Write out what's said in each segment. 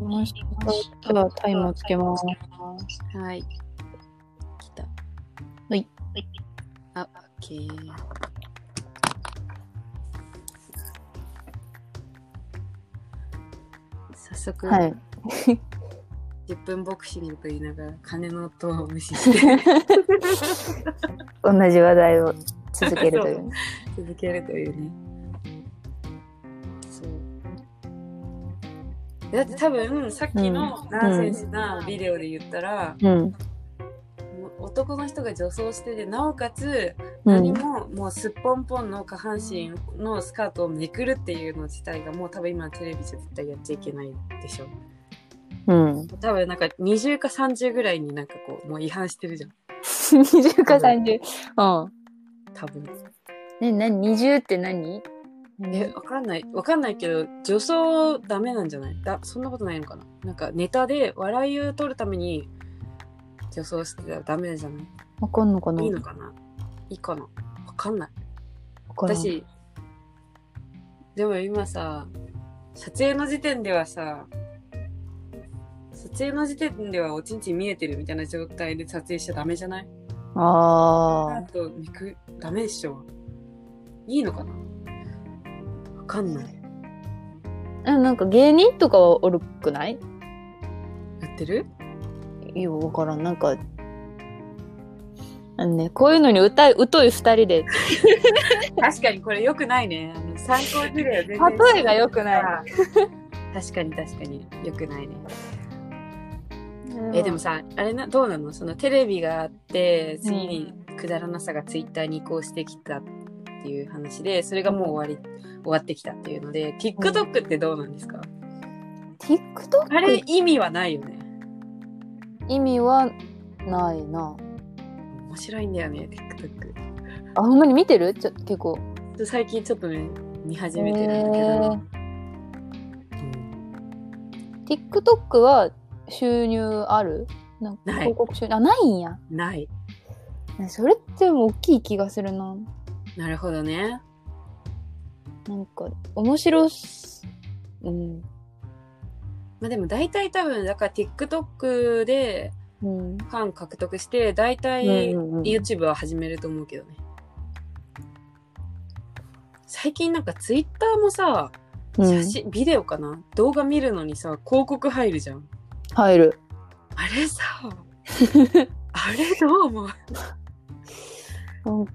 もしかしたらタイマーつけます。はい。来た。はい。あ、オッケー。早速、はい。 10分ボクシングと言いながら鐘の音を無視して同じ話題を続けるという。 続けるというね。そう。だって多分さっきのナンセンスなビデオで言ったら、うもうん。男の人が女装しててなおかつうん何。ももうすっぽんぽんの下半身のスカートをめくるっていうの自体がもう多分今のテレビじゃ絶対やっちゃいけないでしょうん。多分なんか20か30ぐらいになんかこうもう違反してるじゃん20か30。うん。多分ね、な、20って何えわかんないわかんないけど女装ダメなんじゃないだそんなことないのかななんかネタで笑いを取るために女装してたらダメじゃないわかんのかないいのかないいかなわかんないわからん私でも今さ撮影の時点ではさ撮影の時点ではおちんちん見えてるみたいな状態で撮影しちゃダメじゃないああとめくダメでしょいいのかなわかんないあ。えなんか芸人とかはおるくないやってるいや、わからん。なんか、あのね、こういうのに歌い、疎い二人で、確かにこれ良くないねあの参考事例は全然例えが良くない。確かに確かに良くないねえでもさあれなどうなのそのテレビがあって次にくだらなさがツイッターに移行してきたっていう話でそれがもう終わり終わってきたっていうので TikTok ってどうなんですか、 TikTok あれ意味はないよね意味はないな。面白いんだよね TikTok ちょあ、ほんまに見てるちょ結構。っと最近ちょっとね見始めてるんだけど、うんえー TikTok は収入あるなんかない広告収入あ、ないんや。ないねそれって大きい気がするな。なるほどねなんか、面白す、うん。まあでも大体多分だから TikTok でうん。ファン獲得して大体うんうんうん YouTube は始めると思うけどね。最近なんか Twitter もさ、写真、ビデオかな動画見るのにさ、広告入るじゃん。入る。あれ さ、あれどう思うなんか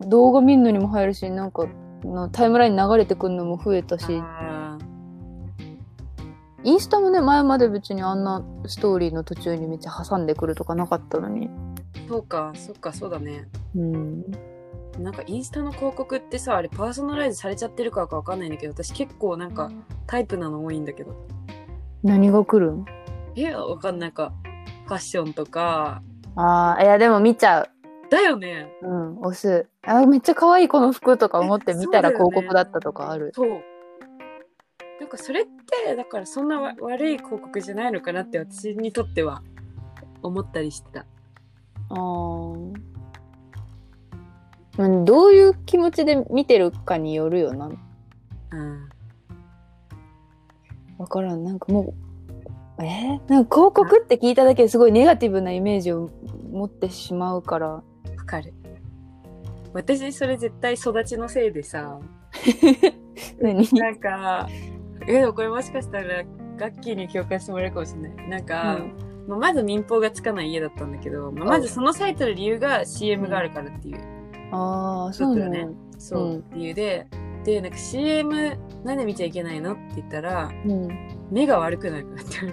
動画見るのにも入るし、なんか、なタイムライン流れてくるのも増えたし、あインスタもね、前まで別にあんなストーリーの途中にめっちゃ挟んでくるとかなかったのに。ーそうか、そっか、そうだね。うん。なんかインスタの広告ってさ、あれパーソナライズされちゃってるからかわかんないんだけど、私結構なんかタイプなの多いんだけど。何が来るんえ、わかんないか。ファッションとか。ああ、いやでも見ちゃう。だよね。うん、押す。あめっちゃ可愛いこの服とか思って見たらえそうだよ広ね告だったとかある。そう。なんかそれってだからそんなわ悪い広告じゃないのかなって私にとっては思ったりしてた。あーうんどういう気持ちで見てるかによるよな。うん、わからん。なんかもう、えーなんか広告って聞いただけですごいネガティブなイメージを持ってしまう から。わかる。私それ絶対育ちのせいで さ、何なんか、え、でもこれもしかしたらガッキーに共感してもらえるかもしれない。なんか、まあまず民放がつかない家だったんだけど、まあまずそのサイトの理由が CM があるからっていう。ああ、そうなのちょっとね。そう、うん理由で、で、なんか CM なんで見ちゃいけないのって言ったら、うん。目が悪くなるからって言わ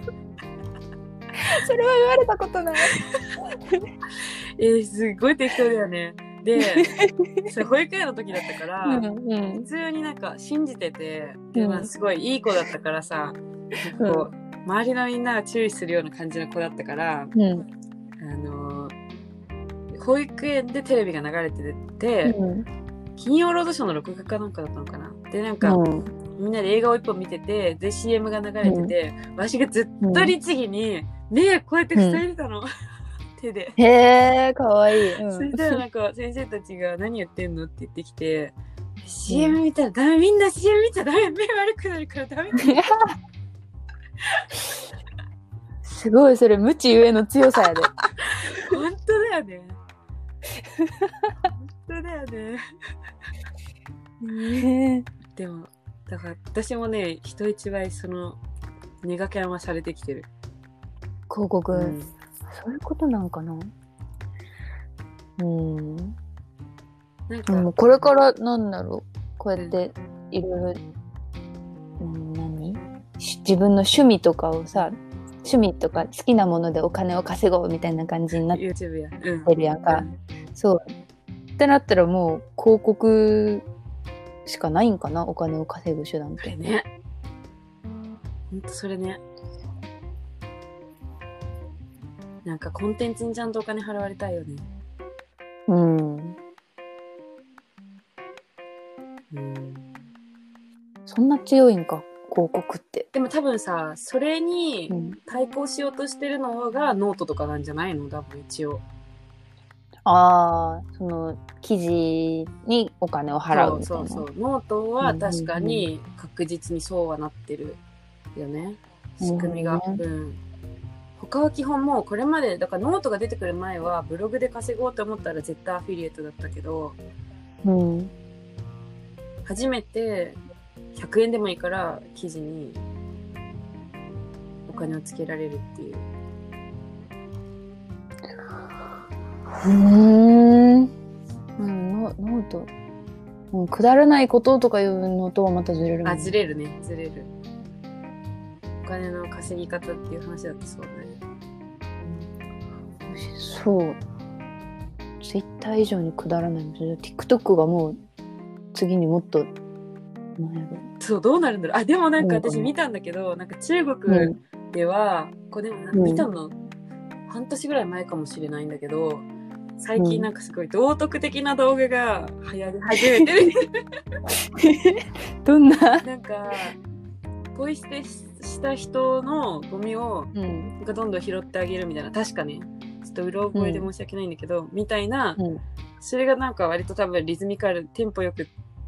れて。 それは言われたことない。えーすっごい適当だよね。で、 それ保育園の時だったから、うんうん普。通になんか信じてて、でうんまあすごいいい子だったからさ、うんこう周りのみんなが注意するような感じの子だったから、うん。あのー保育園でテレビが流れてて、うん。金曜ロードショーの録画かなんかだったのかな。で、なんか、みんなで映画を一本見てて、で、CM が流れてて、わしがずっと律儀に、目こうやって塞いでたの。 手で。へえ、かわいい。うそんしたらなんか先生たちが「何やってんの?」って言ってきて CM 見たらダメ、みんな CM 見ちゃダメ、目悪くなるからダメ。すごい、それ、無知ゆえの強さやで。本当だよね。本当だよね。 ねでも、だから私もね、人一倍その、ネガキャンはされてきてる。広告、うんそういうことなんかなうん。でなんか、も、これから、なんだろう。こうやって、いろいろ、うん、何し自分の趣味とかをさ、趣味とか好きなものでお金を稼ごうみたいな感じになっ YouTube や。うん。てるやんか。そう。ってなったらもう広告しかないんかなお金を稼ぐ手段っそれて。ね。ほんとそれね。なんかコンテンツにちゃんとお金払われたいよね。うん。うん。そんな強いんか広告って。でも多分さ、それにうん、対抗しようとしてるのがノートとかなんじゃないの多分一応。ああ、その記事にお金を払うみたいそな。うそうそう。ノートは確かに確実にそうはなってるよね。仕組みが。ううんん。他は基本もうこれまで、だからノートが出てくる前はブログで稼ごうと思ったら絶対アフィリエイトだったけど、うん。初めて100円でもいいから記事にお金をつけられるっていううーん。うん、ノノート。うん、くだらないこととかいうのとはまたずれるもんあずれるねずれるお金の稼ぎ方っていう話だったそうねそう。ツイッター以上にくだらないもん。TikTok がもう次にもっと、なんやろそうどうなるんだろうあでもなんかうんうん私見たんだけどなんか中う国 んでは、これでもなうん見たの半年ぐらい前かもしれないんだけど最近なんかすごい道徳的な動画が流 行り始めてるどんな、 なんかポイ捨てした人のゴミをうん、がどんどん拾ってあげるみたいな確かねちょっとうろ覚えで申し訳ないんだけど、みたいな、うんそれがなんか割と多分リズミカルテンポよく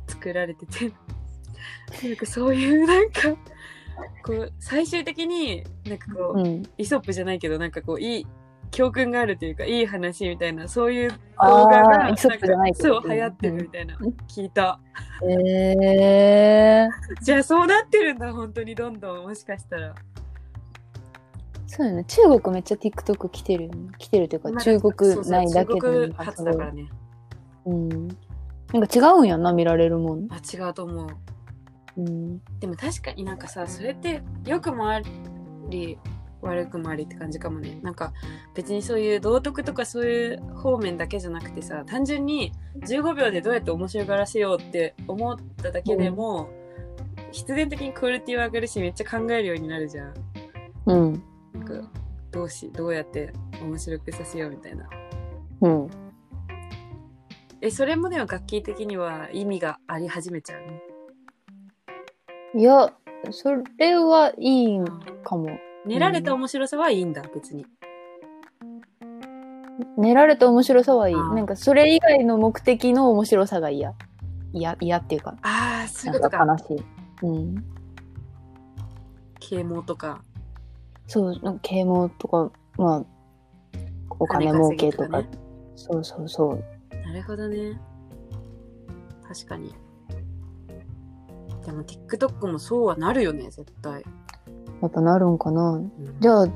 作られててなんかそういうなんかこう最終的になんかこう、うん。イソップじゃないけどなんかこういい教訓があるというかいい話みたいなそういう動画あがあ、イソップじゃないんかそう流行ってるみたいな、うん聞いたええじゃあそうなってるんだ本当にどんどんもしかしたらそうよね。中国めっちゃ TikTok 来てるよね。来てるというか、まあ中そう国そうないだけ中で国発だからねうん。なんか違うんやな、見られるもん。あ違うと思ううん。でも確かになんかさそれって良くもあり悪くもありって感じかもねなんか別にそういう道徳とかそういう方面だけじゃなくてさ単純に15秒でどうやって面白がらせようって思っただけでも、必然的にクオリティは上がるしめっちゃ考えるようになるじゃんうん。なんかどうしどうやって面白くさせようみたいなうん。えそれもでも楽器的には意味があり始めちゃうねいや、それはいいんかも。練られた面白さはいいんだ別に寝られた面白さはいい。あーなんか、それ以外の目的の面白さが嫌。嫌、嫌っていうか、ああそううないんことかか悲しい。うん。啓蒙とかそう、なんか啓蒙とか、まあ、お金儲けとか、そうそうそう。なるほどね。確かに。でも TikTok もそうはなるよね、絶対。やっぱなるんかな。じあ、ゃあ、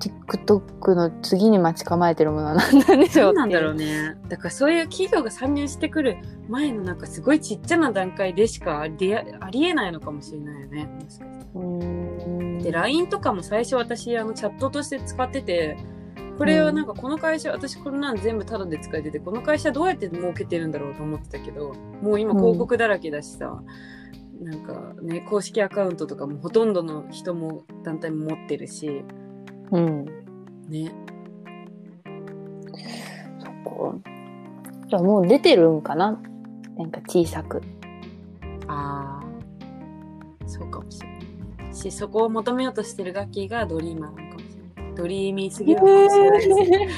TikTok の次に待ち構えてるものは何なんでしどうょうっていなんだろうね。だからそういう企業が参入してくる前のなんかすごいちっちゃな段階でしかありありえないのかもしれないよね。もしかしてうーん。で、LINE とかも最初私あのチャットとして使ってて、これはなんかこの会社、私こんなん全部タダで使えてて、この会社どうやって儲けてるんだろうと思ってたけど、もう今広告だらけだしさ、なんかね、公式アカウントとかもほとんどの人も団体も持ってるし、うん。ね。そっか。じゃあもう出てるんかななんか小さく。ああ、そうかもしれない。し、そこを求めようとしてるガキがドリーマーなのかもしれない。ドリーミーすぎるのかもしれないですね。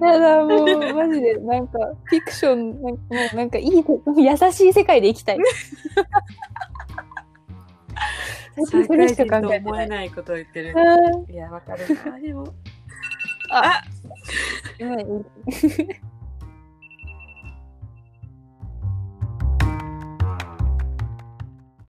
やだ、もう、マジで、なんか、フィクション、なんか、もう、なんか、いいと、優しい世界で 生きたい。最近社それ会しか人考とえて思なえい。ないことを言ってる。あいや、わかるな。でも、ー、うまい